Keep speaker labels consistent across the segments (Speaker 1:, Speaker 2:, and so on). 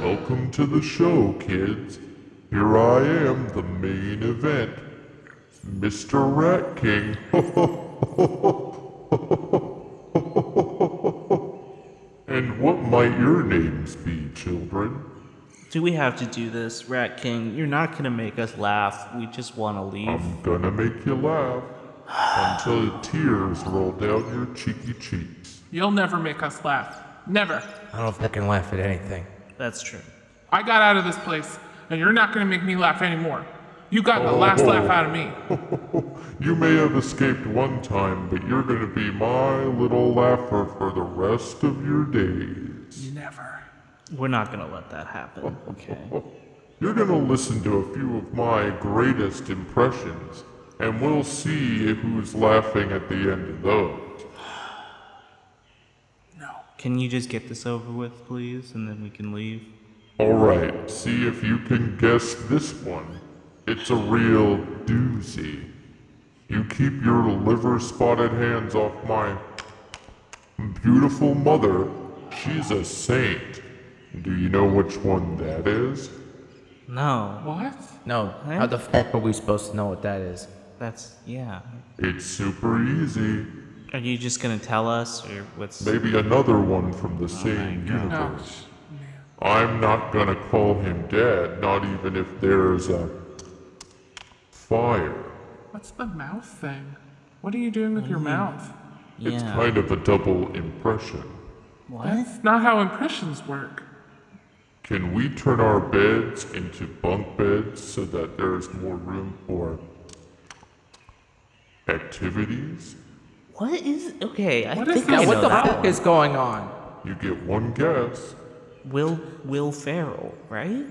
Speaker 1: Welcome to the show, kids. Here I am, the main event. Mr. Rat King. and what might your names be, children?
Speaker 2: Do we have to do this, Rat King? You're not gonna make us laugh. We just wanna leave.
Speaker 1: I'm gonna make you laugh until the tears roll down your cheeky cheeks.
Speaker 3: You'll never make us laugh. Never.
Speaker 4: I don't know if I can laugh at anything.
Speaker 2: That's true.
Speaker 3: I got out of this place, and you're not going to make me laugh anymore. You got the last
Speaker 1: Oh.
Speaker 3: laugh out of me.
Speaker 1: You may have escaped one time, but you're gonna be my little laugher for the rest of your days.
Speaker 3: Never.
Speaker 2: We're not gonna let that happen. Okay.
Speaker 1: You're gonna listen to a few of my greatest impressions, and we'll see who's laughing at the end of those.
Speaker 3: No.
Speaker 2: Can you just get this over with, please, and then we can leave?
Speaker 1: Alright, see if you can guess this one. It's a real doozy. You keep your liver spotted hands off my beautiful mother. She's a saint. Do you know which one that is?
Speaker 2: No.
Speaker 3: What?
Speaker 4: No, how the fuck are we supposed to know what that is?
Speaker 2: That's yeah.
Speaker 1: It's super easy.
Speaker 2: Are you just gonna tell us, or what's?
Speaker 1: Maybe another one from the same universe. I'm not gonna call him dad, not even if there's a fire.
Speaker 3: What's the mouth thing? What are you doing with your mouth?
Speaker 1: It's
Speaker 2: Mm-hmm. Yeah.
Speaker 1: kind of a double impression.
Speaker 2: What?
Speaker 3: That's not how impressions work.
Speaker 1: Can we turn our beds into bunk beds so that there's more room for activities?
Speaker 2: What is? Okay, I
Speaker 3: What is
Speaker 2: think
Speaker 3: that?
Speaker 2: I
Speaker 4: Yeah,
Speaker 2: know
Speaker 4: what the
Speaker 2: that
Speaker 4: fuck
Speaker 2: one.
Speaker 4: is going on?
Speaker 1: You get one guess.
Speaker 2: Will Will Ferrell, right?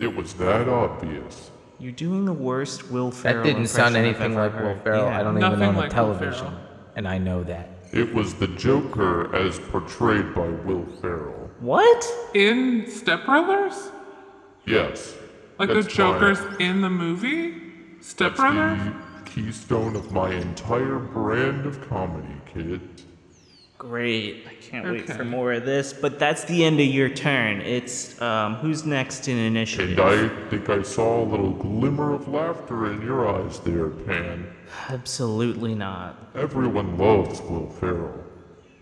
Speaker 1: It was that obvious.
Speaker 2: You're doing the worst Will Ferrell.
Speaker 4: That didn't sound
Speaker 2: impression I've
Speaker 4: anything
Speaker 2: ever
Speaker 4: like Will
Speaker 2: heard.
Speaker 4: Ferrell.
Speaker 2: Yeah.
Speaker 4: I don't
Speaker 3: Nothing
Speaker 4: even own
Speaker 3: like
Speaker 4: a
Speaker 3: Will
Speaker 4: television,
Speaker 3: Ferrell.
Speaker 4: and I know that.
Speaker 1: It was the Joker as portrayed by Will Ferrell.
Speaker 2: What?
Speaker 3: In Step Brothers?
Speaker 1: Yes.
Speaker 3: Like
Speaker 1: that's
Speaker 3: the Joker's
Speaker 1: my-
Speaker 3: in the movie? Step
Speaker 1: that's
Speaker 3: Brothers?
Speaker 1: the keystone of my entire brand of comedy, kid.
Speaker 2: Great. I can't wait
Speaker 3: Okay.
Speaker 2: for more of this. But that's the end of your turn. It's um, who's next in
Speaker 1: And
Speaker 2: initiative?
Speaker 1: I think I saw a little glimmer of laughter in your eyes there, Pan.
Speaker 2: Absolutely not.
Speaker 1: Everyone loves Will Ferrell.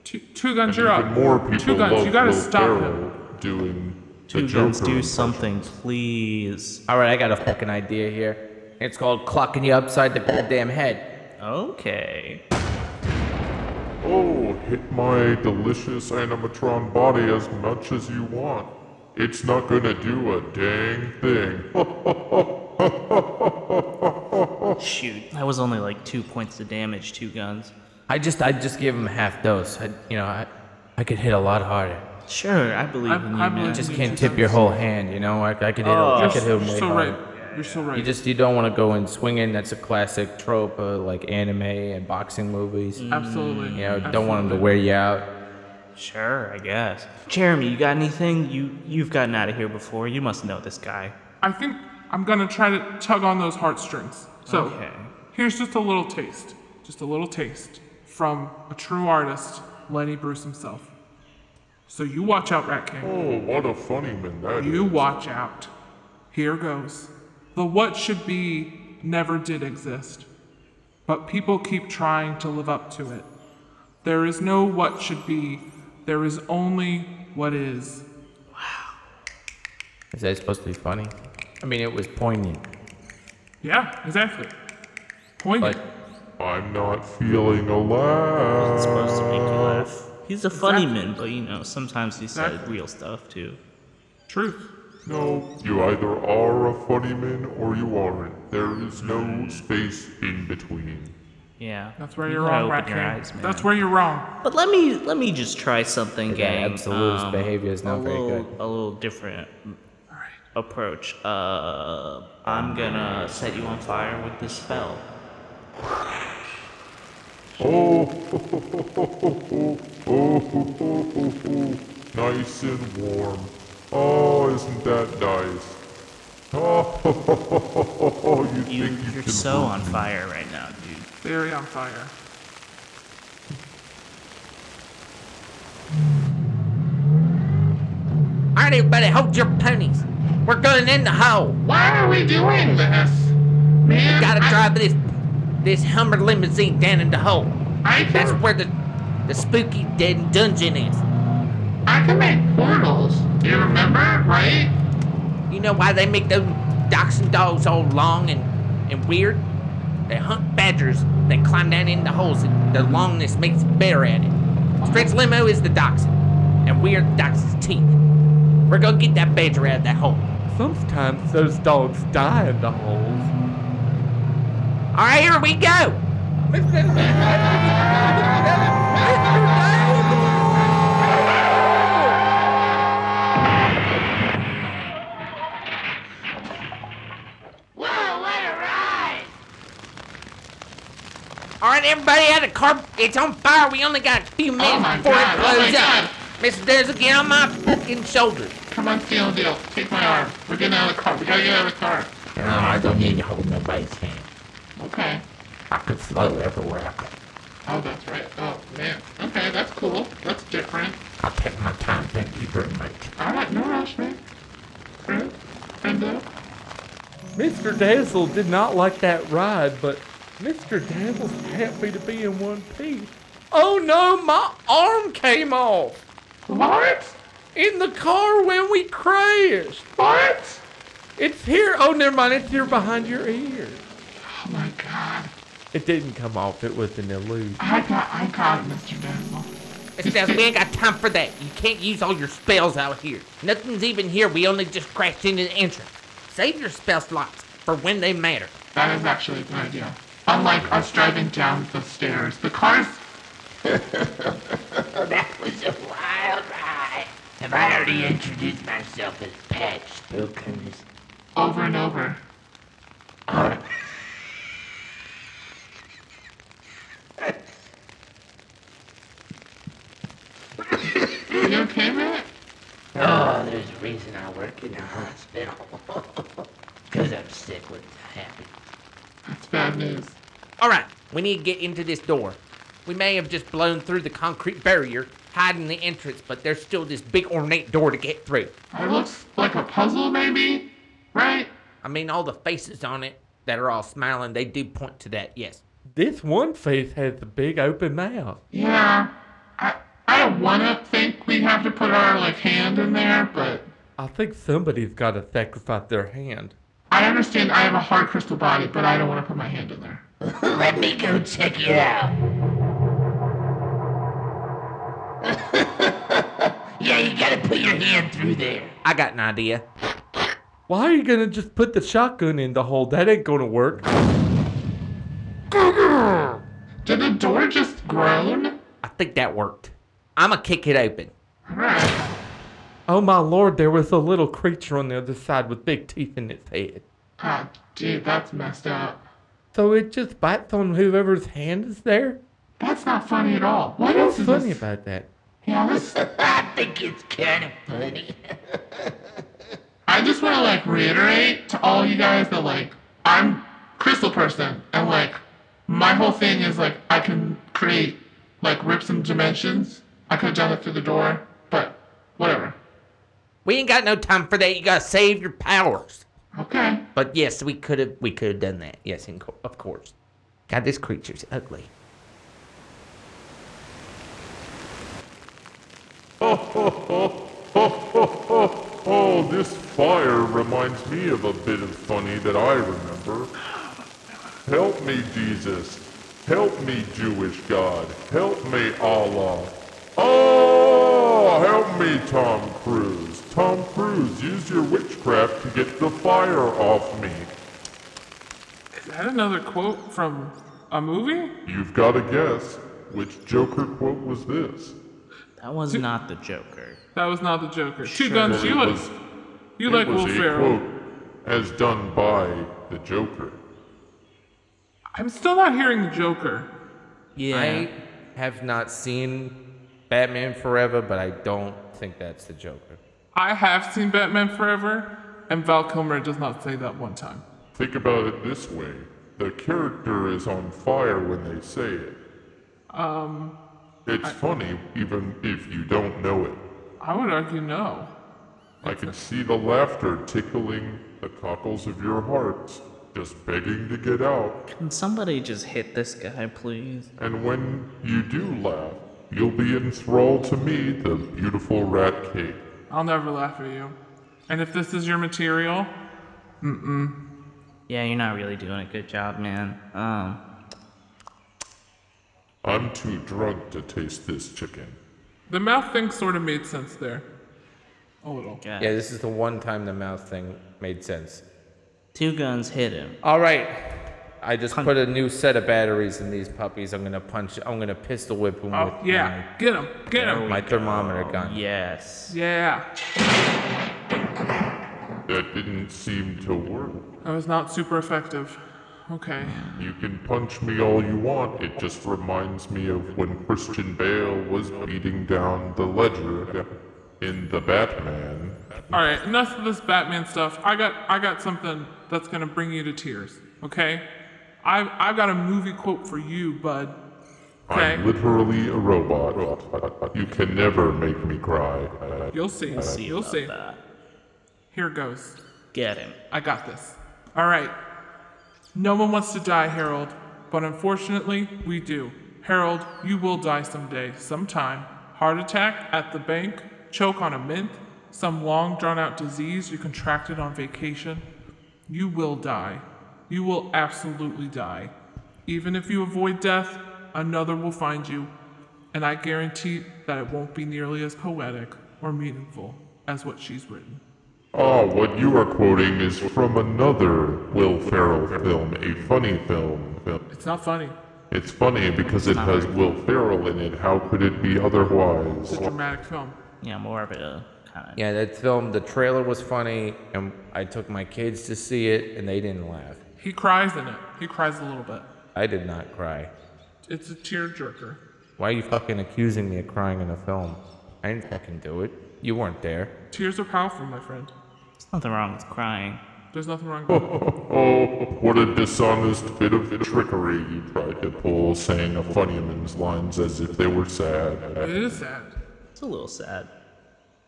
Speaker 3: Two, two guns, you're
Speaker 1: Even
Speaker 3: up.
Speaker 1: more people
Speaker 3: two guns,
Speaker 1: love
Speaker 3: you gotta
Speaker 1: Will
Speaker 3: stop him.
Speaker 1: Ferrell doing the
Speaker 2: Two
Speaker 1: Joker.
Speaker 2: guns, do something, please.
Speaker 4: All right, I got a fucking idea here. It's called clocking you upside the goddamn head.
Speaker 2: Okay.
Speaker 1: Oh, hit my delicious animatron body as much as you want. It's not gonna do a dang thing.
Speaker 2: Shoot, that was only like two points of damage. Two guns.
Speaker 4: I just, I just give him half dose. I, you know, I, I could hit a lot harder.
Speaker 2: Sure, I believe
Speaker 3: I'm-
Speaker 2: in you,
Speaker 3: I'm
Speaker 2: man.
Speaker 4: I just
Speaker 3: You
Speaker 4: can't
Speaker 3: just
Speaker 4: tip
Speaker 3: don't-
Speaker 4: your whole hand, you know. I, I could hit,
Speaker 2: Oh,
Speaker 4: a, I could hit
Speaker 3: You're
Speaker 4: him way
Speaker 3: so
Speaker 4: harder.
Speaker 3: right. You're so right.
Speaker 4: You just, you don't want to go in swinging. That's a classic trope of like anime and boxing movies.
Speaker 3: Absolutely.
Speaker 4: You know, don't want him to wear you out.
Speaker 2: Sure, I guess. Jeremy, you got anything? You you've gotten out of here before. You must know this guy.
Speaker 3: I think I'm gonna try to tug on those heartstrings. So
Speaker 2: Okay.
Speaker 3: here's just a little taste, just a little taste from a true artist, Lenny Bruce himself. So you watch out, Rat King.
Speaker 1: Oh, what a funny man that is.
Speaker 3: You watch out. Here goes. The what should be never did exist, but people keep trying to live up to it. There is no what should be. There is only what is.
Speaker 4: Is that supposed to be funny? I mean, it was poignant.
Speaker 3: Yeah, exactly. Point.
Speaker 4: But
Speaker 1: I'm not feeling alive.
Speaker 2: It's supposed to make you laugh. He's a funny man, but you know, sometimes he said real stuff too.
Speaker 3: Truth.
Speaker 1: No, you either are a funny man or you aren't. There is no space in between.
Speaker 2: Yeah.
Speaker 3: That's where
Speaker 2: You
Speaker 3: you are
Speaker 2: gotta open
Speaker 3: wrong, Rat
Speaker 2: your
Speaker 3: King.
Speaker 2: eyes, man.
Speaker 3: That's where you're wrong.
Speaker 2: But let me let me just try something, gang. Um,
Speaker 4: absolutist behavior is not
Speaker 2: a
Speaker 4: very
Speaker 2: little,
Speaker 4: good.
Speaker 2: A little different approach. Uh, I'm gonna set you on fire with this spell.
Speaker 1: Oh, oh, nice and warm. Oh, isn't that nice? Oh, you
Speaker 2: You,
Speaker 1: think you
Speaker 2: you're
Speaker 1: can
Speaker 2: so
Speaker 1: hurt
Speaker 2: on
Speaker 1: me.
Speaker 2: fire right now, dude.
Speaker 3: Very on fire.
Speaker 5: I everybody hold your ponies. We're going in the hole.
Speaker 6: Why are we doing this? Man,
Speaker 5: We gotta
Speaker 6: I-
Speaker 5: drive this this Hummer limousine down in the hole.
Speaker 6: I can,
Speaker 5: That's where the the spooky dead dungeon is.
Speaker 6: I can make portals. You remember, right?
Speaker 5: You know why they make those dachshund dogs all long and, and weird? They hunt badgers. They climb down in the holes. And the longness makes a bear at it. Stretch Limo is the dachshund, and we are the dachshund's teeth. We're gonna get that badger out of that hole.
Speaker 7: Sometimes those dogs die in the holes.
Speaker 5: All right, here we go.
Speaker 6: Whoa, what a ride!
Speaker 5: All right, everybody out of the car. It's on fire. We only got a few minutes
Speaker 6: my
Speaker 5: before
Speaker 6: God,
Speaker 5: it
Speaker 6: oh my
Speaker 5: blows
Speaker 6: God.
Speaker 5: up. Mr. Dizzle, get on my fucking shoulder.
Speaker 6: Come on, steal a deal. Take my arm. We're getting out of the car. We gotta get out of the car.
Speaker 5: No, I don't need to hold nobody's hand.
Speaker 6: Okay.
Speaker 5: I could float everywhere. I could.
Speaker 6: Oh, that's right. Oh, man. Okay, that's cool. That's different.
Speaker 5: I'll take my time. Thank you very much.
Speaker 6: All right, no rush, man. Friend, friendo.
Speaker 7: Mr. Dazzle did not like that ride, but Mr. Dazzle's happy to be in one piece. Oh no, my arm came off
Speaker 6: Lawrence?
Speaker 7: in the car when we crashed.
Speaker 6: Lawrence?
Speaker 7: It's here. Oh, never mind. It's here behind your ear.
Speaker 6: Oh my God.
Speaker 7: It didn't come off. It was an illusion.
Speaker 6: I got, I got it, Mr. Dazzle.
Speaker 5: Mr. Dazzle, we ain't got time for that. You can't use all your spells out here. Nothing's even here. We only just crashed into the entrance. Save your spell slots for when they matter.
Speaker 6: That is actually a good idea. Unlike us driving down the stairs, the car's
Speaker 8: Oh, was a wild ride. Have I already introduced myself as Patch Spookums?
Speaker 6: over and over. you okay, Matt?
Speaker 8: Oh, there's a reason I work in a hospital. Because I'm sick when it happens.
Speaker 6: That's bad news.
Speaker 5: All right, we need to get into this door. We may have just blown through the concrete barrier, hiding the entrance, but there's still this big ornate door to get through.
Speaker 6: It looks like a puzzle, maybe? Right?
Speaker 5: I mean, all the faces on it that are all smiling, they do point to that, yes.
Speaker 7: This one face has a big open mouth.
Speaker 6: Yeah. I, I don't want to think we have to put our, like, hand in there, but
Speaker 7: I think somebody's got to sacrifice their hand.
Speaker 6: I understand I have a hard crystal body, but I don't want to put my hand in there.
Speaker 8: Let me go check it out. yeah, you gotta put your hand through there.
Speaker 5: I got an idea.
Speaker 7: Why are you gonna just put the shotgun in the hole? That ain't gonna work.
Speaker 6: Did the door just groan?
Speaker 5: I think that worked. I'ma kick it open.
Speaker 6: Right.
Speaker 7: Oh my lord, there was a little creature on the other side with big teeth in its head.
Speaker 6: Ah, dude, that's messed up.
Speaker 7: So it just bites on whoever's hand is there?
Speaker 6: That's not funny at all. What else
Speaker 7: What's
Speaker 6: is
Speaker 7: funny
Speaker 6: this?
Speaker 7: about that?
Speaker 6: Yeah, this.
Speaker 8: I think it's kind of funny.
Speaker 6: I just want to like reiterate to all you guys that like I'm crystal person and like my whole thing is like I can create like rip some dimensions. I could have done it through the door, but whatever.
Speaker 5: We ain't got no time for that. You gotta save your powers.
Speaker 6: Okay.
Speaker 5: But yes, we could have we could have done that. Yes, in co- of course. God, this creature's ugly.
Speaker 1: Oh, this fire reminds me of a bit of funny that I remember. Help me, Jesus. Help me, Jewish God. Help me, Allah. Oh, help me, Tom Cruise. Tom Cruise, use your witchcraft to get the fire off me.
Speaker 3: Is that another quote from a movie?
Speaker 1: You've got to guess which Joker quote was this.
Speaker 2: That was not the Joker.
Speaker 3: That was not the Joker. Two
Speaker 1: Sure,
Speaker 3: guns. You
Speaker 1: it
Speaker 3: like
Speaker 1: was-
Speaker 3: you
Speaker 1: It
Speaker 3: like
Speaker 1: was
Speaker 3: Will
Speaker 1: a
Speaker 3: Ferrell.
Speaker 1: quote as done by the Joker.
Speaker 3: I'm still not hearing the Joker.
Speaker 2: Yeah.
Speaker 4: I have not seen Batman Forever, but I don't think that's the Joker.
Speaker 3: I have seen Batman Forever, and Val Kilmer does not say that one time.
Speaker 1: Think about it this way the character is on fire when they say it.
Speaker 3: Um,
Speaker 1: It's funny even if you don't know it.
Speaker 3: I would argue no.
Speaker 1: I can see the laughter tickling the cockles of your hearts, just begging to get out.
Speaker 2: Can somebody just hit this guy, please?
Speaker 1: And when you do laugh, you'll be enthralled to me, the beautiful rat cake.
Speaker 3: I'll never laugh at you. And if this is your material,
Speaker 2: Yeah, you're not really doing a good job, man. Um,
Speaker 1: I'm too drunk to taste this chicken.
Speaker 3: the mouth thing sort of made sense there. A little.
Speaker 2: God.
Speaker 4: Yeah, this is the one time the mouth thing made sense.
Speaker 2: Two guns hit him.
Speaker 4: All right. I just put a new set of batteries in these puppies. I'm gonna punch. I'm gonna pistol whip them
Speaker 3: Oh,
Speaker 4: with
Speaker 3: yeah. Get him. Get
Speaker 4: my,
Speaker 3: him.
Speaker 4: my thermometer gun.
Speaker 2: Oh, Yes.
Speaker 3: Yeah.
Speaker 1: That didn't seem to work.
Speaker 3: That was not super effective. Okay.
Speaker 1: You can punch me all you want, it just reminds me of when Christian Bale was beating down the ledger in The Batman.
Speaker 3: All right, enough of this Batman stuff. I got I got something that's gonna bring you to tears. Okay, I've I've got a movie quote for you, bud.
Speaker 1: I'm
Speaker 3: Okay.
Speaker 1: literally a robot. You can never make me cry.
Speaker 3: You'll see. You'll see. Here goes.
Speaker 2: Get him.
Speaker 3: I got this. All right. No one wants to die, Harold, but unfortunately, we do. Harold, you will die someday, sometime. Heart attack at the bank, choke on a mint, some long drawn out disease you contracted on vacation. You will die. You will absolutely die. Even if you avoid death, another will find you, and I guarantee that it won't be nearly as poetic or meaningful as what she's written.
Speaker 1: Ah, what you are quoting is from another Will Ferrell film, a funny film.
Speaker 3: It's not funny.
Speaker 1: It's funny because it has Will Ferrell in it. How could it be otherwise?
Speaker 3: It's a dramatic film.
Speaker 2: Yeah, more of a kind of.
Speaker 4: Yeah, that film. The trailer was funny, and I took my kids to see it, and they didn't laugh.
Speaker 3: He cries in it. He cries a little bit.
Speaker 4: I did not cry.
Speaker 3: It's a tearjerker.
Speaker 4: Why are you fucking accusing me of crying in a film? I didn't fucking do it. You weren't there.
Speaker 3: Tears are powerful, my friend.
Speaker 2: There's nothing wrong with crying.
Speaker 3: There's nothing wrong with it.
Speaker 1: Oh, what a dishonest bit of trickery you tried to pull, saying a funnyman's lines as if they were
Speaker 3: It
Speaker 1: sad.
Speaker 3: is sad.
Speaker 2: Uh, It's a little sad.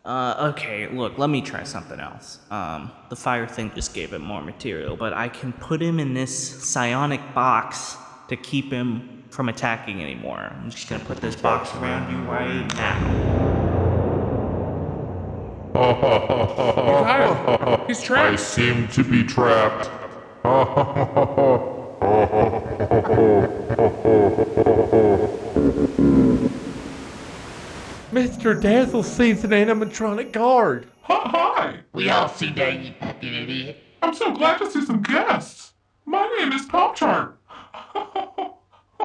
Speaker 2: Uh, okay, look, let me try something else. Um, the fire thing just gave it more material, but I can put him in this psionic box to keep him from attacking anymore. I'm just gonna put this box around you right now.
Speaker 3: He's hiding. He's
Speaker 1: I
Speaker 3: trapped.
Speaker 1: seem to be trapped.
Speaker 7: Mr. Dazzle sees an animatronic guard.
Speaker 3: Hi- Hi.
Speaker 8: We all see that, you fucking idiot.
Speaker 3: I'm so glad to see some guests. My name is Pop Tart.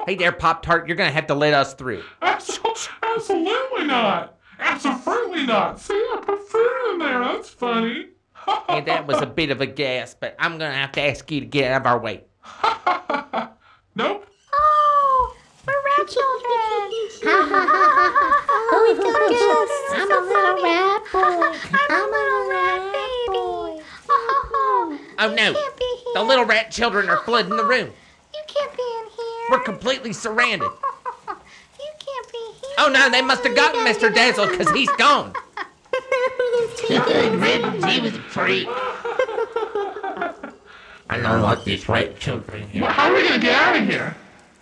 Speaker 4: Hey there, Pop Tart. You're gonna have to let us through.
Speaker 3: Absolutely not. Absolutely not. See, I put food in there. That's funny.
Speaker 5: And that was a bit of a gas, but I'm gonna have to ask you to get out of our way.
Speaker 3: Nope.
Speaker 9: Oh, we're rat children. oh, we got gifts. I'm a little rat boy. I'm a little rat boy. Oh,
Speaker 5: Oh no,
Speaker 9: you can't be here. Uh-uh.
Speaker 5: the little rat children are flooding the room.
Speaker 9: You can't be in here.
Speaker 5: We're completely surrounded.
Speaker 9: you can't be here.
Speaker 5: Oh no, they must have gotten Mr. Dazzle because he's gone.
Speaker 8: Good riddance, he was a freak. I don't like these rat children here.
Speaker 6: Well, how are we gonna get out of here?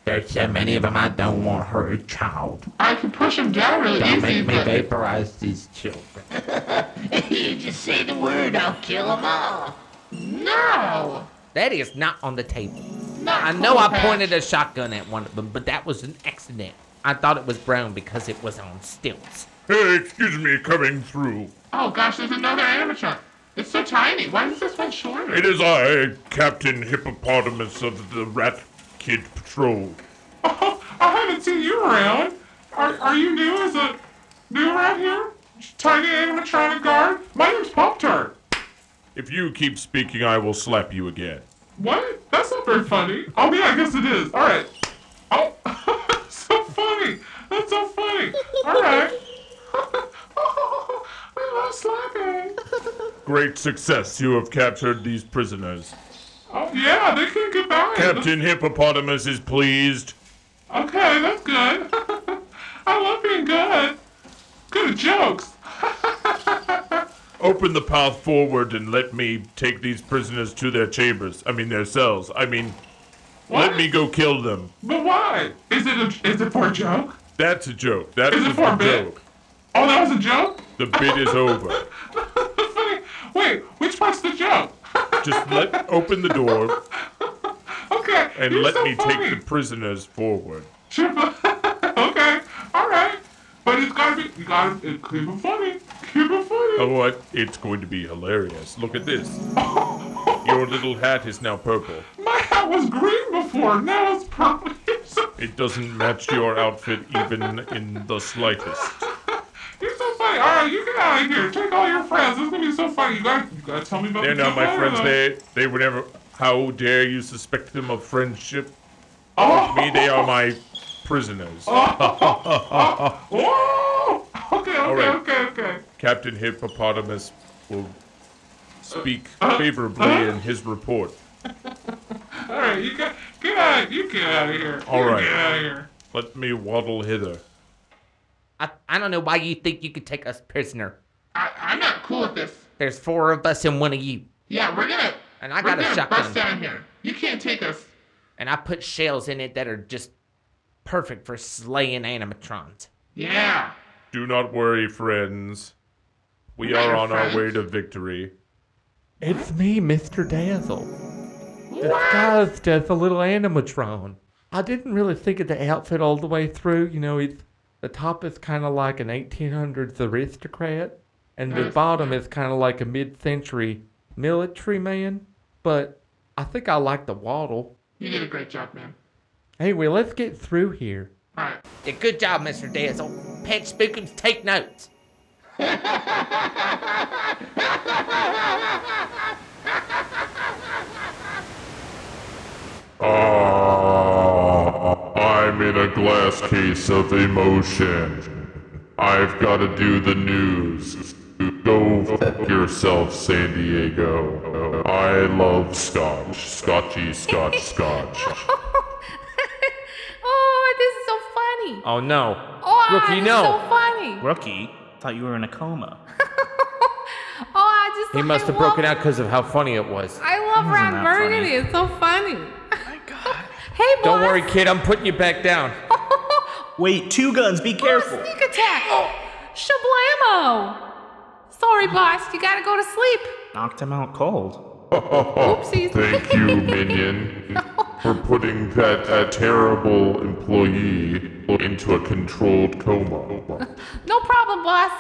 Speaker 8: There's so many of them I don't want her child.
Speaker 6: I can push him down really
Speaker 8: Don't
Speaker 6: easy,
Speaker 8: make me
Speaker 6: but
Speaker 8: vaporize these children. you just say the word, I'll kill them all.
Speaker 6: no.
Speaker 5: That is not on the table.
Speaker 6: Not
Speaker 5: I know I
Speaker 6: cool,
Speaker 5: pointed a shotgun at one of them, but that was an accident. I thought it was brown because it was on stilts.
Speaker 1: Hey, excuse me, coming through.
Speaker 6: Oh gosh, there's another animatronic. It's so tiny. Why is this one shorter?
Speaker 1: It is I, Captain Hippopotamus of the Rat Kid Patrol.
Speaker 6: Oh,
Speaker 3: I haven't seen you around. Are, are you new as a new around here? Tiny animatronic guard. My name's Pop Tart.
Speaker 1: If you keep speaking, I will slap you again.
Speaker 3: What? That's not very funny. Oh yeah, I guess it is. All right. Oh, so funny. That's so funny. All right. we love slapping.
Speaker 1: Great success. You have captured these prisoners.
Speaker 3: Oh yeah, they can get back.
Speaker 1: Captain Hippopotamus is pleased.
Speaker 3: Okay, that's good. I love being good. Good at jokes.
Speaker 1: Open the path forward and let me take these prisoners to their chambers. I mean, their cells. I mean, let me go kill them.
Speaker 6: But why? Is it a, is it for a joke?
Speaker 1: That's a joke. That
Speaker 6: Is
Speaker 1: was
Speaker 6: it for a
Speaker 1: the
Speaker 6: bit?
Speaker 1: joke.
Speaker 6: Oh, that was a joke.
Speaker 1: The bit is over.
Speaker 6: Funny. Wait, which part's the joke?
Speaker 1: Just let open the door
Speaker 6: okay.
Speaker 1: and
Speaker 6: you're
Speaker 1: let
Speaker 6: so
Speaker 1: me
Speaker 6: funny.
Speaker 1: take the prisoners forward.
Speaker 6: Chip- okay, all right. But it's gotta be. You gotta it, keep it funny. Keep it funny.
Speaker 1: Oh, what? It's going to be hilarious. Look at this. Your little hat is now purple.
Speaker 6: My hat was green before. Now it's purple. You're so,
Speaker 1: It doesn't match your outfit even in the slightest.
Speaker 6: you're so funny. All right, you get out of here. Take all your friends. This is gonna be so funny. You gotta, you gotta tell me about.
Speaker 1: They're
Speaker 6: the
Speaker 1: not my
Speaker 6: joke
Speaker 1: friends.
Speaker 6: later,
Speaker 1: They they were never. How dare you suspect them of friendship?
Speaker 6: though. Oh.
Speaker 1: Me, they are my prisoners.
Speaker 6: Ah. Whoa! Okay, okay,
Speaker 1: right.
Speaker 6: okay, okay.
Speaker 1: Captain Hippopotamus will speak favorably in his report.
Speaker 6: All right, you got get out. You get out of here.
Speaker 1: All
Speaker 6: you
Speaker 1: right.
Speaker 6: get out of here.
Speaker 1: Let me waddle hither.
Speaker 5: I, I don't know why you think you could take us prisoner.
Speaker 6: I, I'm not cool with this.
Speaker 5: There's four of us and one of you.
Speaker 6: Yeah, we're gonna.
Speaker 5: And I
Speaker 6: we're
Speaker 5: got a
Speaker 6: gonna
Speaker 5: shotgun.
Speaker 6: bust down here. You can't take us.
Speaker 5: And I put shells in it that are just perfect for slaying animatrons.
Speaker 6: Yeah.
Speaker 1: Do not worry, friends. We
Speaker 6: Not
Speaker 1: are
Speaker 6: your
Speaker 1: on our way
Speaker 6: friends.
Speaker 1: to victory.
Speaker 7: It's me, Mr. Dazzle.
Speaker 6: What?
Speaker 7: Disguised as a little animatron. I didn't really think of the outfit all the way through. You know, it's the top is kind of like an 1800s aristocrat, and
Speaker 6: Mm.
Speaker 7: the bottom is kind of like a mid-century military man. But I think I like the waddle.
Speaker 6: You did a great job, man.
Speaker 7: Anyway, let's get through here.
Speaker 6: All right.
Speaker 5: Yeah, good job, Mr. Dazzle. Pet Spookums, take notes.
Speaker 1: Ah, I'm in a glass case of emotion. I've got to do the news. Go f yourself, San Diego. I love scotch. Scotchy, scotch, scotch.
Speaker 10: oh, this is so funny.
Speaker 4: Oh no.
Speaker 10: Oh,
Speaker 4: Rookie,
Speaker 10: this
Speaker 4: no.
Speaker 10: is so funny.
Speaker 2: Rookie, thought you were in a coma.
Speaker 10: Oh, I just.
Speaker 4: He must
Speaker 10: I
Speaker 4: have
Speaker 10: love-
Speaker 4: broken out because of how funny it was.
Speaker 10: I love Ron
Speaker 2: that
Speaker 10: Burgundy.
Speaker 2: funny?
Speaker 10: It's so funny. my God. hey, boss.
Speaker 4: Don't worry, kid. I'm putting you back down.
Speaker 2: Wait, two guns, be careful.
Speaker 10: Sneak attack.
Speaker 4: Oh.
Speaker 10: Shablamo. Sorry, boss. You gotta go to sleep.
Speaker 2: Knocked him out cold.
Speaker 10: Oopsies.
Speaker 1: Oh, Thank you, Minion, for putting that, that terrible employee into a controlled coma.
Speaker 10: No problem, boss.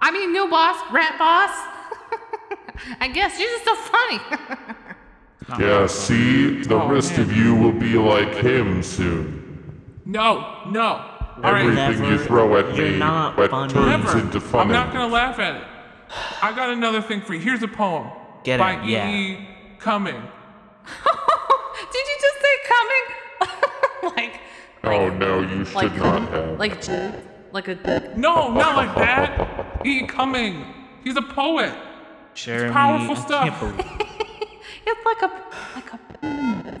Speaker 10: I mean, new boss, rat boss. I guess you're just so funny.
Speaker 1: Yeah, see, the
Speaker 3: Oh,
Speaker 1: rest of you will be like him soon.
Speaker 3: No, no. All right,
Speaker 1: Everything you
Speaker 2: Never.
Speaker 1: throw at
Speaker 2: You're
Speaker 1: me
Speaker 2: not
Speaker 1: but
Speaker 2: funny.
Speaker 1: turns
Speaker 3: never.
Speaker 1: into
Speaker 3: I'm
Speaker 1: funny.
Speaker 3: not gonna laugh at it. I got another thing for you. Here's a poem
Speaker 2: Get
Speaker 3: by
Speaker 2: him,
Speaker 3: E.
Speaker 2: yeah.
Speaker 3: E. Cumming.
Speaker 10: Did you just say coming? like,
Speaker 1: oh no, you should
Speaker 10: like,
Speaker 1: not have.
Speaker 10: like, j- like a.
Speaker 3: No, not like that. E. Cumming. He's a poet.
Speaker 2: Jeremy,
Speaker 3: powerful
Speaker 2: I
Speaker 3: stuff.
Speaker 2: can't believe
Speaker 10: It's like a, like a.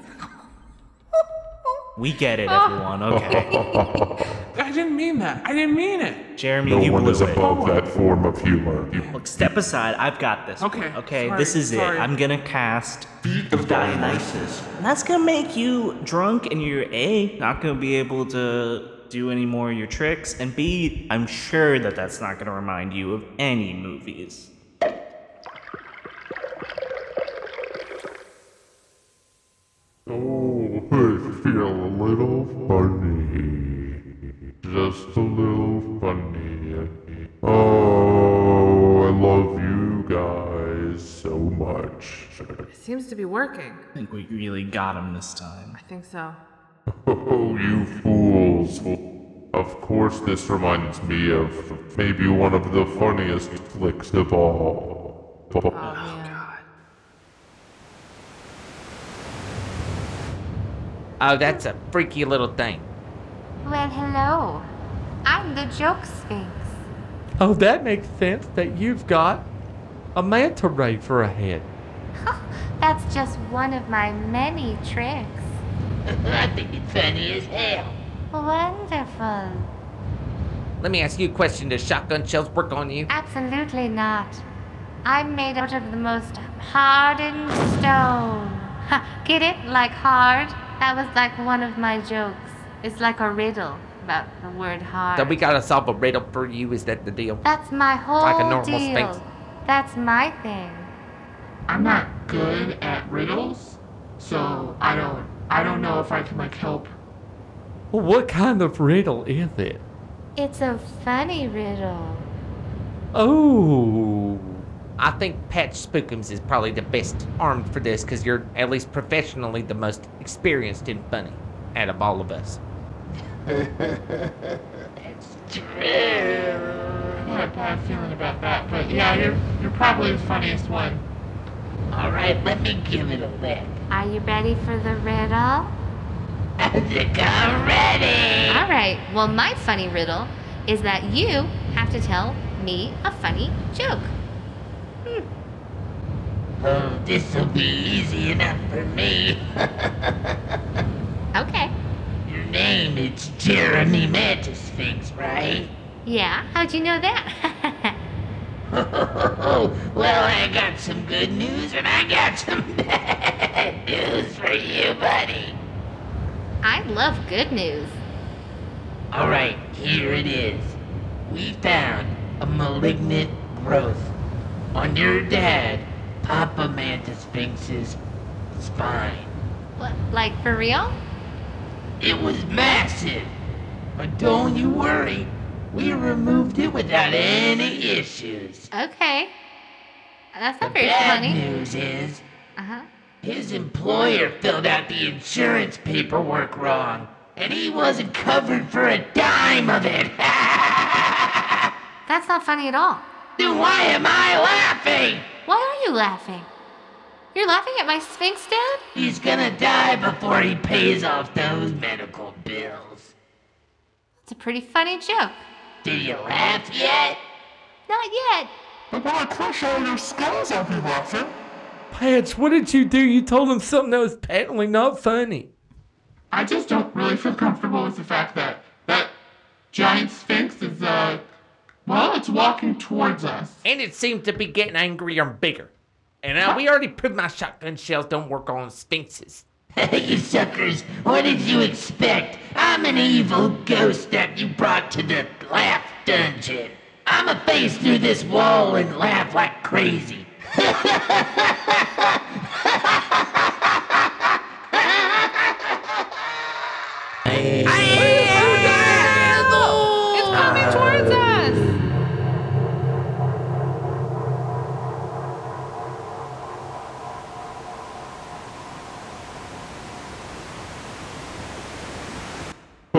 Speaker 2: we get
Speaker 10: Ah.
Speaker 2: it, everyone. Okay,
Speaker 3: I didn't mean that. I didn't mean it.
Speaker 2: Jeremy,
Speaker 1: no
Speaker 2: you
Speaker 1: one
Speaker 2: blew
Speaker 1: is
Speaker 2: it.
Speaker 1: above that form of humor. You-
Speaker 2: Look, step aside. I've got this. one,
Speaker 3: Okay,
Speaker 2: okay,
Speaker 3: sorry,
Speaker 2: this is
Speaker 3: sorry.
Speaker 2: it. I'm gonna cast.
Speaker 8: Feet of Dionysus.
Speaker 2: And That's gonna make you drunk, and you're a not gonna be able to do any more of your tricks, and b I'm sure that that's not gonna remind you of any movies.
Speaker 1: Oh, I feel a little funny. Just a little funny. Oh, I love you guys so much.
Speaker 10: It seems to be working.
Speaker 2: I think we really got him this time.
Speaker 10: I think so.
Speaker 1: Oh, you fools. Of course, this reminds me of maybe one of the funniest flicks of all.
Speaker 5: Oh, that's a freaky little thing.
Speaker 9: Well, hello. I'm the joke sphinx.
Speaker 7: Oh, that makes sense that you've got a manta ray for a head.
Speaker 9: That's just one of my many tricks.
Speaker 8: I think it's funny as hell.
Speaker 9: Wonderful.
Speaker 5: Let me ask you a question. Does shotgun shells work on you?
Speaker 9: Absolutely not.
Speaker 11: I'm made out of the most hardened stone. Ha, Get it? Like hard? That was like one of my jokes. It's like a riddle about the word hard.
Speaker 5: So we gotta solve a riddle for you. Is that the deal?
Speaker 11: That's my whole
Speaker 5: like a normal
Speaker 11: deal.
Speaker 5: space.
Speaker 11: That's my thing.
Speaker 6: I'm not good at riddles, so I don't I don't know if I can like help.
Speaker 7: Well, what kind of riddle is it?
Speaker 11: It's a funny riddle.
Speaker 7: Oh.
Speaker 5: I think Patch Spookums is probably the best armed for this because you're at least professionally the most experienced and funny out of all of us.
Speaker 6: I had a bad feeling about that, but yeah, you're you're probably the funniest one.
Speaker 8: All right, let me give it a lick.
Speaker 11: Are you ready for the riddle?
Speaker 8: I think I'm ready.
Speaker 11: All right. Well, my funny riddle is that you have to tell me a funny joke.
Speaker 8: Oh, this will be easy enough for me.
Speaker 11: Okay.
Speaker 8: Your name is Jeremy Mantisphinx, right?
Speaker 11: Yeah. How'd you know that?
Speaker 8: well, I got some good news and I got some bad news for you, buddy.
Speaker 11: I love good news.
Speaker 8: All right, here it is. We found a malignant growth on your dad, Papa Mantisphinx's spine.
Speaker 11: What? Like for real?
Speaker 8: It was massive, but don't you worry, we removed it without any issues.
Speaker 11: Okay. That's not very
Speaker 8: Bad
Speaker 11: funny.
Speaker 8: news is
Speaker 11: Uh huh.
Speaker 8: his employer filled out the insurance paperwork wrong, and he wasn't covered for a dime of it.
Speaker 11: That's not funny at all.
Speaker 8: Then why am I laughing?
Speaker 11: Why are you laughing? You're laughing at my Sphinx, Dad?
Speaker 8: He's gonna die before he pays off those medical bills.
Speaker 11: It's a pretty funny joke.
Speaker 8: Did you laugh yet?
Speaker 11: Not yet.
Speaker 6: But boy, crush all your skulls off you, Watson.
Speaker 7: Patch, what did you do? You told him something that was patently not funny.
Speaker 6: I just don't really feel comfortable with the fact that that giant sphinx is uh well, it's walking towards us.
Speaker 5: And it seems to be getting angrier and bigger. And uh, we already proved my shotgun shells don't work on sphinxes.
Speaker 8: you suckers, what did you expect? I'm an evil ghost that you brought to the laugh dungeon. I'ma face through this wall and laugh like crazy.
Speaker 10: It's coming towards us!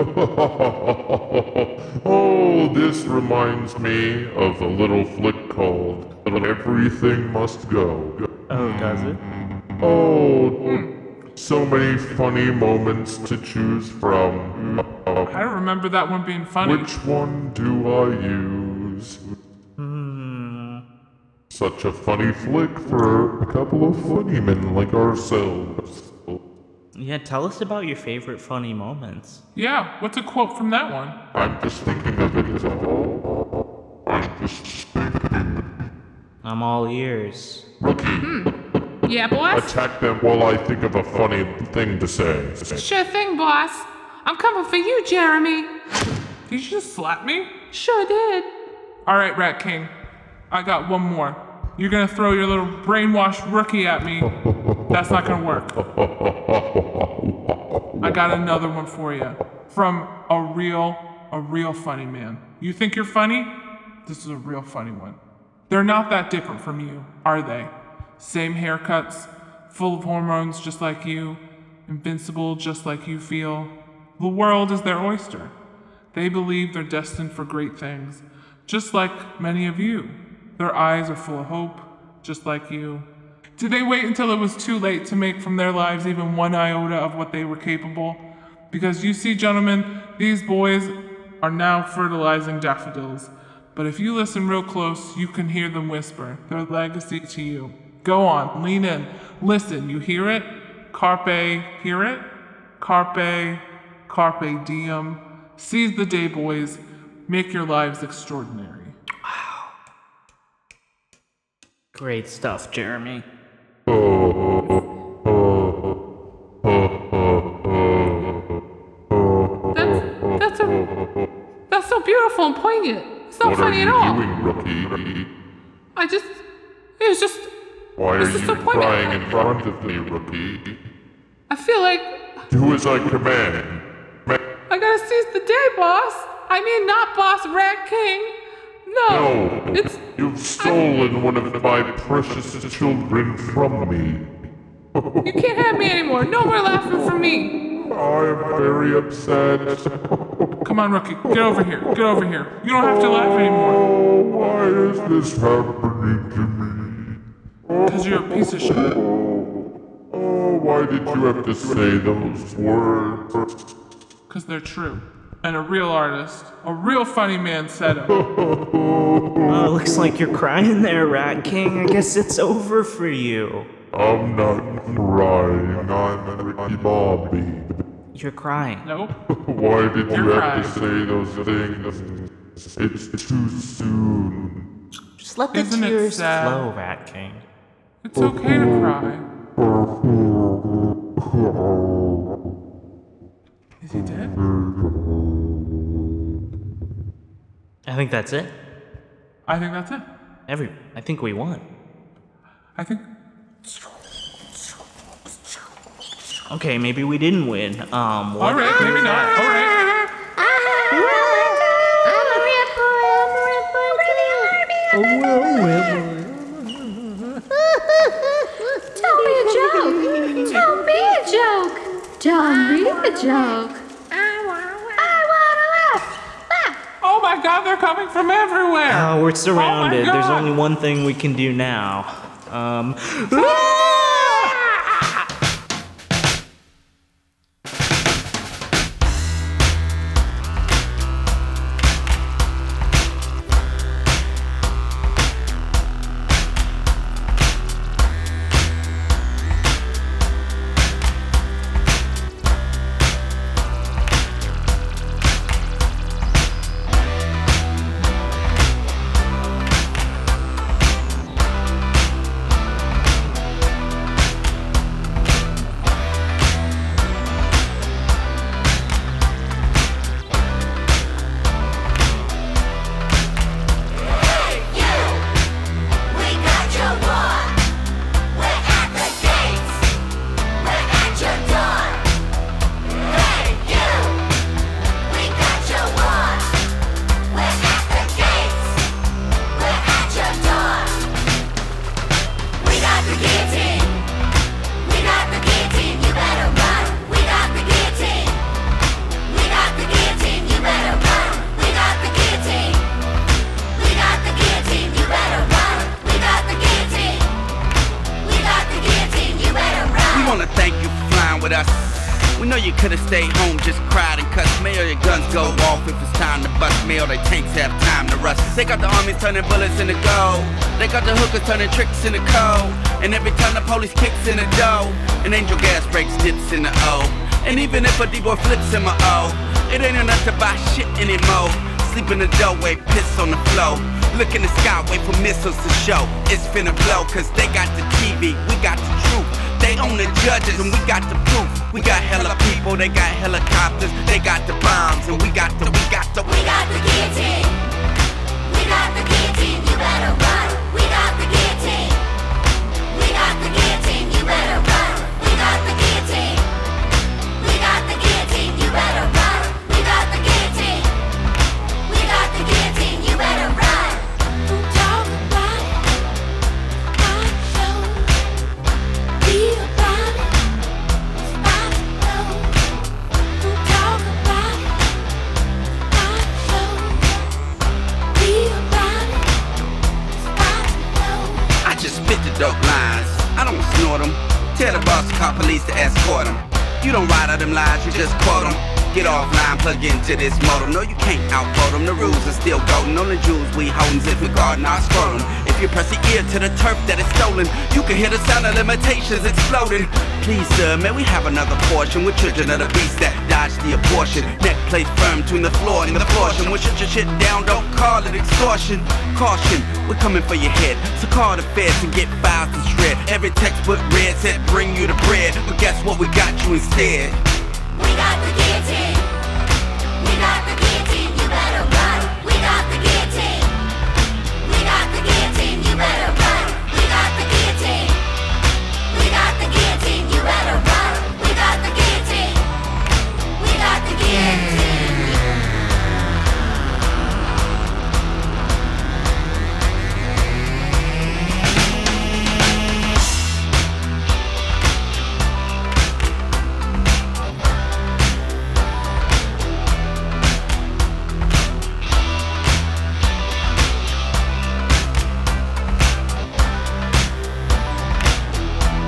Speaker 1: oh, this reminds me of a little flick called Everything Must Go. Mm.
Speaker 12: Oh, does it?
Speaker 1: Oh, so many funny moments to choose from.
Speaker 3: I don't remember that one being funny.
Speaker 1: Which one do I use?
Speaker 12: Hmm.
Speaker 1: Such a funny flick for a couple of funny men like ourselves.
Speaker 2: Yeah, tell us about your favorite funny moments.
Speaker 3: Yeah, what's a quote from that one?
Speaker 1: I'm just thinking of it as all. I'm just thinking.
Speaker 2: I'm all ears.
Speaker 10: Yeah, boss?
Speaker 1: Attack them while I think of a funny thing to say.
Speaker 10: Sure thing, boss. I'm coming for you, Jeremy.
Speaker 3: Did you just slap me?
Speaker 10: Sure did.
Speaker 3: All right, Rat King. I got one more. You're gonna throw your little brainwashed rookie at me. That's not gonna work. I got another one for you from a real, a real funny man. You think you're funny? This is a real funny one. They're not that different from you, are they? Same haircuts, full of hormones just like you, invincible just like you feel. The world is their oyster. They believe they're destined for great things, just like many of you. Their eyes are full of hope, just like you. Did they wait until it was too late to make from their lives even one iota of what they were capable? Because you see, gentlemen, these boys are now fertilizing daffodils. But if you listen real close, you can hear them whisper their legacy to you. Go on, lean in, listen. You hear it? Carpe, hear it? Carpe, carpe diem. Seize the day, boys. Make your lives extraordinary.
Speaker 2: Great stuff, Jeremy.
Speaker 10: That's a, that's so beautiful and poignant. It's not
Speaker 1: what are
Speaker 10: funny at
Speaker 1: you
Speaker 10: all.
Speaker 1: doing, rookie?
Speaker 10: I just, it was just,
Speaker 1: Why are
Speaker 10: It's
Speaker 1: you
Speaker 10: disappointment.
Speaker 1: crying in front of me, rookie?
Speaker 10: I feel like
Speaker 1: Do as I command.
Speaker 10: I gotta seize the day, boss. I mean, not boss, Rat King. No.
Speaker 3: Oh,
Speaker 1: No,
Speaker 10: It's
Speaker 1: you've stolen one of my precious children from me.
Speaker 10: you can't have me anymore. No more laughing from me.
Speaker 1: I'm very upset.
Speaker 3: Come on, Rookie, get over here. Get over here. You don't have to laugh anymore.
Speaker 1: Oh, Why is this happening to me?
Speaker 3: Because you're a piece of shit.
Speaker 1: Oh, why did you have to say those words?
Speaker 3: Because they're true. And a real artist, a real funny man said them.
Speaker 2: Oh, looks like you're crying there, Rat King. I guess it's over for you.
Speaker 1: I'm not crying, I'm Ricky Bobby.
Speaker 2: You're crying.
Speaker 3: Nope.
Speaker 1: Why did you
Speaker 2: You're
Speaker 1: have to say those things? It's too soon.
Speaker 2: Just let the
Speaker 3: Isn't it
Speaker 2: tears
Speaker 3: sad?
Speaker 2: flow, Rat King.
Speaker 3: It's okay to cry. Is he dead?
Speaker 2: I think that's it.
Speaker 3: I think that's it.
Speaker 2: Every, I think we won.
Speaker 3: I think.
Speaker 2: Okay, maybe we didn't win. Um, what?
Speaker 3: All right, maybe not. All right.
Speaker 9: Tell me a joke. Tell me a joke. Tell me a joke.
Speaker 3: Oh my god, they're coming from everywhere!
Speaker 2: Oh, we're surrounded. There's
Speaker 3: God.
Speaker 2: only one thing we can do now. Um,
Speaker 3: Ah!
Speaker 12: We wanna thank you for flying with us. We know you could've stayed home, just cried and cussed. Mail your guns go off if it's time to bust. Mail their tanks have time to rust. They got the armies turning bullets into gold. They got the hookers turning tricks into cold. And every time the police kicks in the dough, an angel gas breaks dips in the O. And even if a D-boy flips him a O, it ain't enough to buy shit anymore. Sleep in the doorway, piss on the floor. Look in the sky, wait for missiles to show. It's finna blow, cause they got the TV, we got the truth. They own the judges and we got the proof. We got hella people, they got helicopters, they got the bombs, and we got the, we got the, we got the guillotine.
Speaker 13: We got the guillotine, you better run. We got the guillotine. We got the guillotine, you better run. We got the guillotine. We got the guillotine, you better run. We got the guillotine. We got the guillotine, you better run. Don't run. I don't be run. Stop low. Don't run. I don't be run.
Speaker 12: I just spit the dope lines. I don't snort them. Tell the boss to call police to escort them. You don't ride out them lies, you just quote them. Get offline, plug into this modem. No, you can't outvote them. The rules are still golden. On the jewels we holdin' if we're guarding our scrotum. If you press the ear to the turf that is stolen, you can hear the sound of limitations exploding. Please, sir, may we have another portion with children of the beast that die dodge the abortion. Neck plate firm between the floor and the portion. When shut your shit down, don't call it extortion. Caution, we're coming for your head. So call the feds and get files and shred. Every textbook read said bring you the bread. But guess what? We got you instead.
Speaker 6: We got the guillotine. We got the guillotine. You better run. We got the guillotine. We got the guillotine. You better run. We got the guillotine. We got the guillotine. You better run. We got the guillotine. We got the guillotine.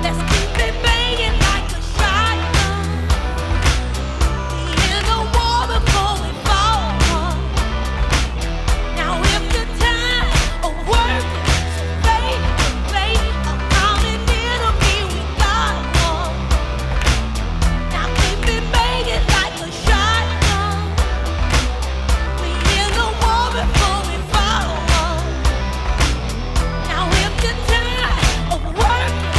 Speaker 6: Let's keep it banging like a shotgun. We end the war before we fall. Now if the time or worth it, so baby, baby, how many enemies we got? Now keep it banging like a shotgun. We end the war before we fall. Now if the time or worth it.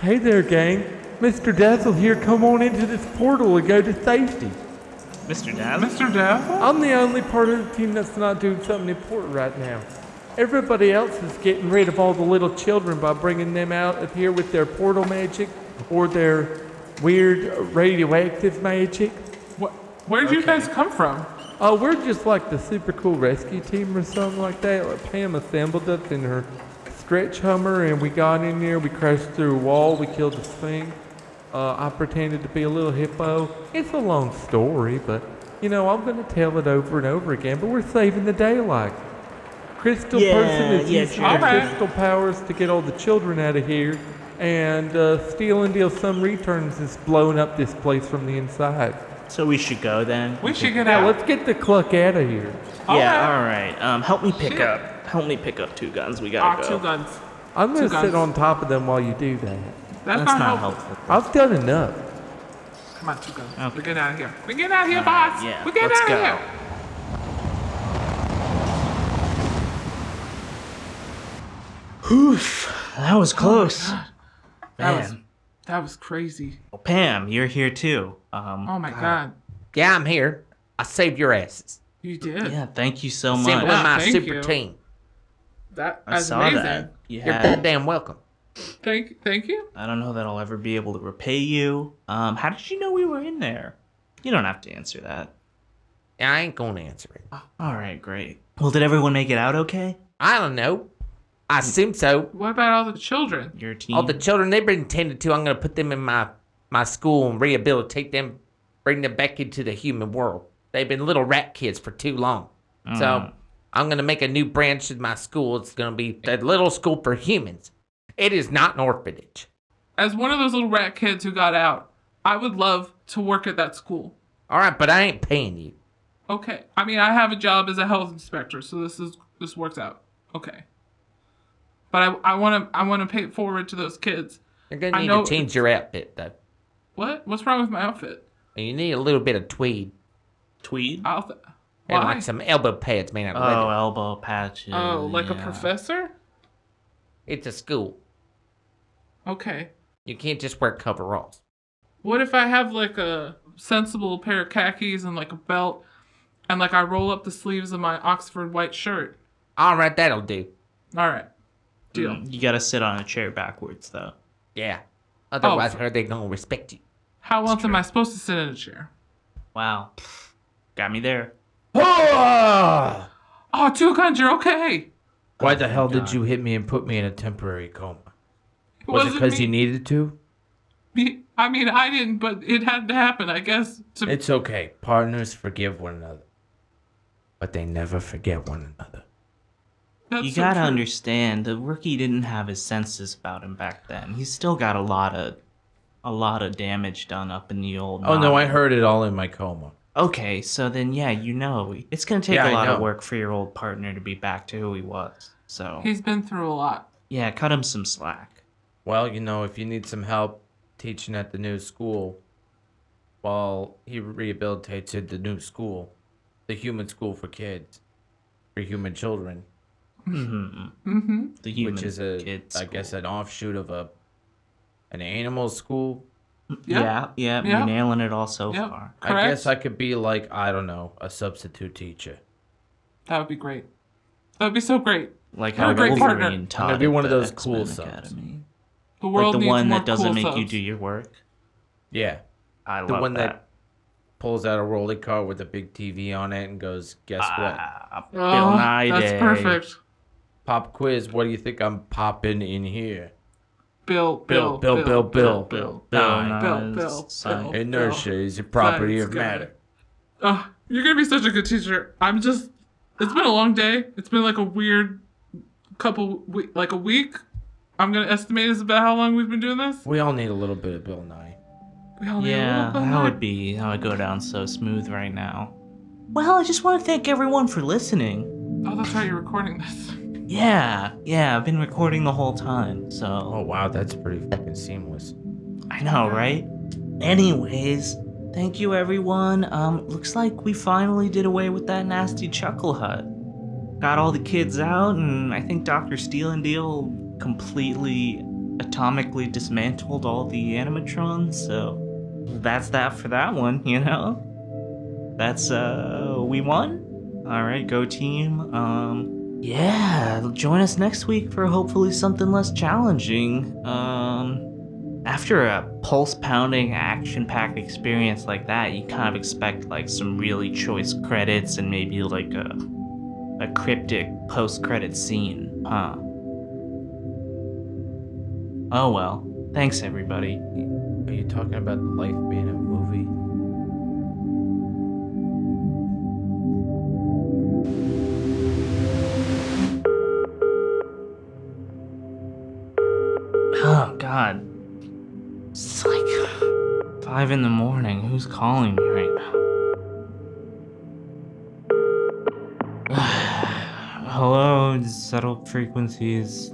Speaker 7: Hey there, gang. Mr. Dazzle here. Come on into this portal and go to safety.
Speaker 2: Mr. Dazzle?
Speaker 3: Mr. Dazzle?
Speaker 7: I'm the only part of the team that's not doing something important right now. Everybody else is getting rid of all the little children by bringing them out of here with their portal magic or their weird radioactive magic.
Speaker 3: What? Where'd you guys come from?
Speaker 7: Oh, we're just like the super cool rescue team or something like that. Like Pam assembled us in her stretch hummer, and we got in there. We crashed through a wall. We killed a thing. Uh, I pretended to be a little hippo. It's a long story, but you know I'm gonna tell it over and over again. But we're saving the daylight. Crystal
Speaker 2: Yeah,
Speaker 7: person is
Speaker 2: yeah,
Speaker 7: using
Speaker 2: sure.
Speaker 7: her
Speaker 2: Alright.
Speaker 7: crystal powers to get all the children out of here, and uh, Steel and Deal some returns is blowing up this place from the inside.
Speaker 2: So we should go then.
Speaker 3: We should get
Speaker 7: yeah,
Speaker 3: out.
Speaker 7: Let's get the cluck out of here.
Speaker 2: yeah, all right. Um, help me pick up. Help me pick up two guns. We gotta go.
Speaker 3: Ah, two guns.
Speaker 7: I'm gonna
Speaker 2: Two
Speaker 7: sit
Speaker 2: guns.
Speaker 7: on top of them while you do that.
Speaker 3: That's,
Speaker 2: That's
Speaker 3: not
Speaker 2: not
Speaker 3: helpful.
Speaker 2: helpful.
Speaker 7: I've done enough.
Speaker 3: Come on, two guns. We're getting out of here. We're getting out of here, boss.
Speaker 2: yeah,
Speaker 3: We're getting
Speaker 2: let's
Speaker 3: out of
Speaker 2: go.
Speaker 3: here.
Speaker 2: Whew, that
Speaker 3: Oh
Speaker 2: was close.
Speaker 3: That was,
Speaker 2: Man.
Speaker 3: that was crazy.
Speaker 2: Well, Pam, you're here too. Um,
Speaker 3: Oh my god.
Speaker 5: Yeah, I'm here. I saved your asses.
Speaker 3: You did.
Speaker 2: Yeah, thank you so much.
Speaker 5: Assembling my
Speaker 3: Ah, thank
Speaker 5: super
Speaker 3: you.
Speaker 5: team.
Speaker 3: That
Speaker 2: I
Speaker 3: that's
Speaker 2: saw
Speaker 3: amazing.
Speaker 2: that. You
Speaker 5: You're
Speaker 2: had-
Speaker 5: goddamn welcome.
Speaker 3: Thank thank you.
Speaker 2: I don't know that I'll ever be able to repay you. Um, how did you know we were in there? You don't have to answer that. Uh,
Speaker 5: Yeah, I ain't gonna answer it.
Speaker 2: All right, great. Well, did everyone make it out okay?
Speaker 5: I don't know. I assume so.
Speaker 3: What about all the children?
Speaker 2: Your team.
Speaker 5: All the children they've been tended to, I'm gonna put them in my my school and rehabilitate them, bring them back into the human world. They've been little rat kids for too long. So
Speaker 2: Mm.
Speaker 5: I'm gonna make a new branch in my school. It's gonna be the little school for humans. It is not an orphanage.
Speaker 3: As one of those little rat kids who got out, I would love to work at that school.
Speaker 5: All right, but I ain't paying you.
Speaker 3: Okay. I mean, I have a job as a health inspector, so this is this works out. Okay. But I I want to I want to pay it forward to those kids.
Speaker 5: You're gonna
Speaker 3: I
Speaker 5: need
Speaker 3: know-
Speaker 5: to change your outfit though.
Speaker 3: What? What's wrong with my outfit?
Speaker 5: And you need a little bit of tweed
Speaker 2: tweed.
Speaker 3: I'll th-
Speaker 5: and
Speaker 3: why?
Speaker 5: like some elbow pads made out of
Speaker 2: Oh,
Speaker 5: leather.
Speaker 2: elbow patches.
Speaker 3: oh, like a
Speaker 2: yeah.
Speaker 3: professor?
Speaker 5: It's a school.
Speaker 3: Okay.
Speaker 5: You can't just wear coveralls.
Speaker 3: What if I have like a sensible pair of khakis and like a belt, and like I roll up the sleeves of my Oxford white shirt?
Speaker 5: All right, that'll do.
Speaker 3: All right. Deal.
Speaker 2: Mm, You gotta sit on a chair backwards though.
Speaker 5: Yeah.
Speaker 3: Oh,
Speaker 5: Otherwise, how they gonna respect you?
Speaker 3: How else am I supposed to sit in a chair?
Speaker 2: Wow, got me there.
Speaker 3: Oh, two guns, you're okay.
Speaker 4: Why the hell did you hit me and put me in a temporary coma?
Speaker 3: It
Speaker 4: Was it
Speaker 3: wasn't
Speaker 4: because
Speaker 3: me.
Speaker 4: you needed to?
Speaker 3: Me- I mean, I didn't, but it had to happen, I guess. To
Speaker 4: It's okay. Partners forgive one another. but they never forget one another.
Speaker 2: you
Speaker 4: so
Speaker 2: gotta
Speaker 4: true.
Speaker 2: understand, the rookie didn't have his senses about him back then. He's still got a lot of, a lot of damage done up in the old.
Speaker 4: Oh no, I
Speaker 2: noggin.
Speaker 4: heard it all in my coma.
Speaker 2: Okay, so then yeah, you know, it's gonna take
Speaker 4: Yeah,
Speaker 2: a
Speaker 4: I
Speaker 2: lot of
Speaker 4: know.
Speaker 2: work for your old partner to be back to who he was. So
Speaker 3: He's been through a lot.
Speaker 2: yeah, cut him some slack.
Speaker 4: Well, you know, if you need some help teaching at the new school, while he rehabilitates at the new school, the human school for kids, for human children,
Speaker 3: Mm-hmm.
Speaker 2: the human
Speaker 4: which is a,
Speaker 2: kids
Speaker 4: I guess, an offshoot of a, an animal school.
Speaker 2: Yeah, yeah,
Speaker 4: Yeah.
Speaker 2: you're nailing it all so
Speaker 3: Yeah.
Speaker 2: far.
Speaker 4: I guess I could be like I don't know, a substitute teacher.
Speaker 3: That would be great. That would be so great.
Speaker 2: Like
Speaker 3: What
Speaker 2: how
Speaker 3: a great partner.
Speaker 2: Wolverine taught.
Speaker 4: I'm gonna be
Speaker 2: at
Speaker 4: one of
Speaker 2: the
Speaker 4: those cool
Speaker 2: X-Men
Speaker 4: subs.
Speaker 2: Academy.
Speaker 3: The world
Speaker 2: like the
Speaker 3: needs
Speaker 2: one
Speaker 3: more
Speaker 2: that doesn't
Speaker 3: cool
Speaker 2: make you
Speaker 3: subs.
Speaker 2: do your work.
Speaker 4: Yeah,
Speaker 2: I
Speaker 4: the
Speaker 2: love
Speaker 4: one
Speaker 2: that.
Speaker 4: pulls out a rolly car with a big TV on it and goes, "Guess what?
Speaker 3: Bill Oh, Nye that's Day." perfect.
Speaker 4: Pop quiz. What do you think I'm popping in here?
Speaker 3: Bill,
Speaker 4: Bill, Bill, Bill, Bill,
Speaker 3: Bill,
Speaker 4: Nye.
Speaker 3: Bill, Bill, Bill,
Speaker 4: Inertia is a property of
Speaker 3: Science, got
Speaker 4: matter.
Speaker 3: it. Oh, you're gonna be such a good teacher. I'm just. It's been a long day. It's been like a weird couple, we- like a week. I'm gonna estimate is about how long we've been doing this.
Speaker 4: We all need a little bit of Bill Nye.
Speaker 3: We all need a
Speaker 2: Yeah,
Speaker 3: little bit
Speaker 2: that
Speaker 3: more.
Speaker 2: would be how would go down so smooth right now. Well, I just want to thank everyone for listening.
Speaker 3: Oh, that's right. You're recording this.
Speaker 2: Yeah, yeah, I've been recording the whole time, so.
Speaker 4: Oh wow, that's pretty fucking seamless.
Speaker 2: I know, right? Anyways, thank you everyone. Um, looks like we finally did away with that nasty chuckle hut. Got all the kids out, and I think Dr. Steel and Deal completely atomically dismantled all the animatrons, so that's that for that one, you know? That's uh we won. Alright, go team. Um yeah, join us next week for hopefully something less challenging. Um after a pulse pounding action packed experience like that you kind of expect like some really choice credits and maybe like a a cryptic post credit scene huh oh well thanks everybody
Speaker 4: Are you talking about life being a movie?
Speaker 2: oh god it's like five in the morning who's calling me right now hello subtle frequencies